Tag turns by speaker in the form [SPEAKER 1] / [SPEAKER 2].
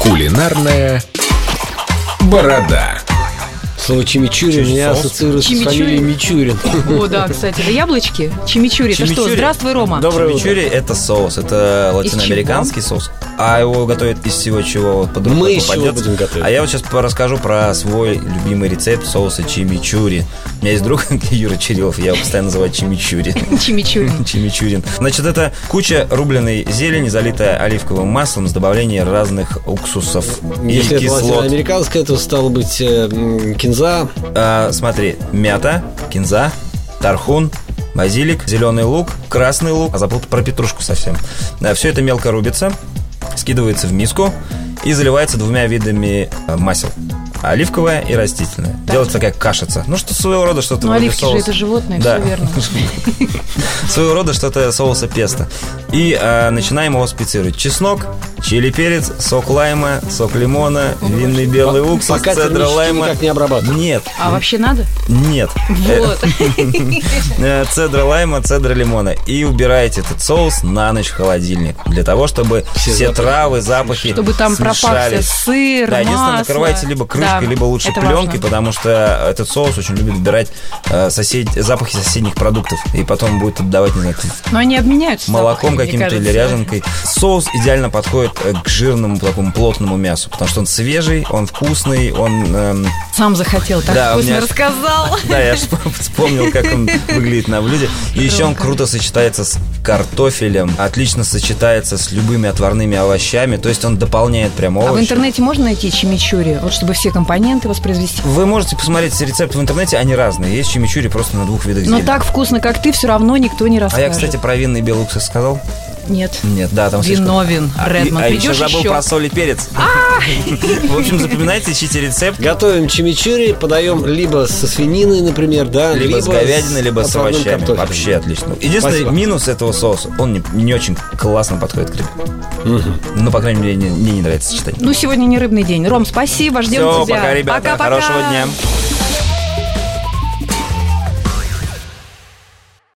[SPEAKER 1] Кулинарная борода.
[SPEAKER 2] Слово «чимичурин» у меня
[SPEAKER 3] Чипсовский.
[SPEAKER 2] ассоциируется с
[SPEAKER 4] Чимичурин.
[SPEAKER 2] фамилией Мичурин.
[SPEAKER 4] О, да, кстати, да яблочки, чимичури. Это что,
[SPEAKER 3] Чимичури.
[SPEAKER 4] здравствуй, Рома.
[SPEAKER 2] Доброе утро.
[SPEAKER 3] Чимичури – это соус, это
[SPEAKER 4] Из
[SPEAKER 3] латиноамериканский соус. А его готовят из всего чего вот под руку
[SPEAKER 2] Мы из чего
[SPEAKER 3] попадётся.
[SPEAKER 2] будем готовить?
[SPEAKER 3] А я вот сейчас расскажу про свой любимый рецепт соуса чимичури. У меня есть друг Юра Черев, я его постоянно называю чимичури.
[SPEAKER 4] Чимичури.
[SPEAKER 3] Чимичурин. Значит, это куча рубленой зелени, залитая оливковым маслом с добавлением разных уксусов и
[SPEAKER 2] Если это
[SPEAKER 3] кислот.
[SPEAKER 2] латиноамериканское, то стало быть э, м, кинза.
[SPEAKER 3] А, смотри, мята, кинза, тархун, базилик, зеленый лук, красный лук. А забыл про петрушку совсем. Да, все это мелко рубится, скидывается в миску и заливается двумя видами э, масел. Оливковое и растительное. Делается такая кашица. Ну, что своего рода что-то
[SPEAKER 4] Ну,
[SPEAKER 3] вроде
[SPEAKER 4] оливки же
[SPEAKER 3] соуса.
[SPEAKER 4] это животное,
[SPEAKER 3] Да.
[SPEAKER 4] все верно.
[SPEAKER 3] Своего рода что-то соуса песто. И э, начинаем его специровать. Чеснок, чили перец, сок лайма, сок лимона, винный белый уксус,
[SPEAKER 2] Пока ты
[SPEAKER 3] цедра
[SPEAKER 2] мышечки
[SPEAKER 3] лайма.
[SPEAKER 2] никак не обрабатывал.
[SPEAKER 3] Нет,
[SPEAKER 4] А вообще надо?
[SPEAKER 3] нет. Э,
[SPEAKER 4] Вот.
[SPEAKER 3] Э, Цедра лайма, цедра лимона. И убираете этот соус на ночь в холодильник. Для того, чтобы все,
[SPEAKER 2] Все запахи.
[SPEAKER 3] травы, запахи
[SPEAKER 4] Чтобы там пропався
[SPEAKER 3] смешались.
[SPEAKER 4] сыр,
[SPEAKER 3] Да, единственное,
[SPEAKER 4] масло.
[SPEAKER 3] накрывайте либо крышкой,
[SPEAKER 4] Да,
[SPEAKER 3] либо лучше
[SPEAKER 4] это
[SPEAKER 3] пленкой,
[SPEAKER 4] важно.
[SPEAKER 3] потому что этот соус очень любит убирать э, сосед... запахи соседних продуктов. И потом будет отдавать, не знаю,
[SPEAKER 4] Но они обменяются
[SPEAKER 3] молоком
[SPEAKER 4] запахами, мне
[SPEAKER 3] каким-то или
[SPEAKER 4] кажется.
[SPEAKER 3] ряженкой. Соус идеально подходит э, к жирному, такому плотному мясу, потому что он свежий, он вкусный, он... эм,
[SPEAKER 4] Сам захотел, так
[SPEAKER 3] Да, у
[SPEAKER 4] вкусно
[SPEAKER 3] меня-
[SPEAKER 4] рассказал.
[SPEAKER 3] Да, я ж вспомнил, как он выглядит на блюде. И еще он круто сочетается с картофелем, отлично сочетается с любыми отварными овощами, то есть он дополняет прям
[SPEAKER 4] А в
[SPEAKER 3] овощи.
[SPEAKER 4] интернете можно найти чимичури? Вот чтобы все компоненты воспроизвести.
[SPEAKER 3] Вы можете посмотреть все рецепты в интернете, они разные. Есть чимичури просто на двух видах
[SPEAKER 4] Но
[SPEAKER 3] зелени.
[SPEAKER 4] Ну так вкусно, как ты, все равно никто не
[SPEAKER 3] А я,
[SPEAKER 4] расскажет.
[SPEAKER 3] кстати, про винный белый уксус сказал?
[SPEAKER 4] Нет.
[SPEAKER 3] Нет, да, там слишком-
[SPEAKER 4] Виновен,
[SPEAKER 3] А, и-
[SPEAKER 4] Редмонд.
[SPEAKER 3] а еще
[SPEAKER 4] Придешь
[SPEAKER 3] забыл
[SPEAKER 4] еще?
[SPEAKER 3] про соль и перец. В общем, запоминайте, ищите рецепт.
[SPEAKER 2] Готовим чимичури, подаем либо со свининой, например, да,
[SPEAKER 3] Либо, с говядиной, либо с
[SPEAKER 2] отварным
[SPEAKER 3] овощами.
[SPEAKER 2] картофелем.
[SPEAKER 3] Вообще отлично. Единственный
[SPEAKER 2] Спасибо.
[SPEAKER 3] минус этого соуса, он не, не очень классно подходит к рыбе. Ну, по крайней мере, мне, не- мне не нравится сочетание.
[SPEAKER 4] Ну, сегодня не рыбный день. Ром, спасибо, ждем
[SPEAKER 3] Все,
[SPEAKER 4] тебя.
[SPEAKER 3] пока, ребята.
[SPEAKER 4] Пока-пока.
[SPEAKER 3] Хорошего дня.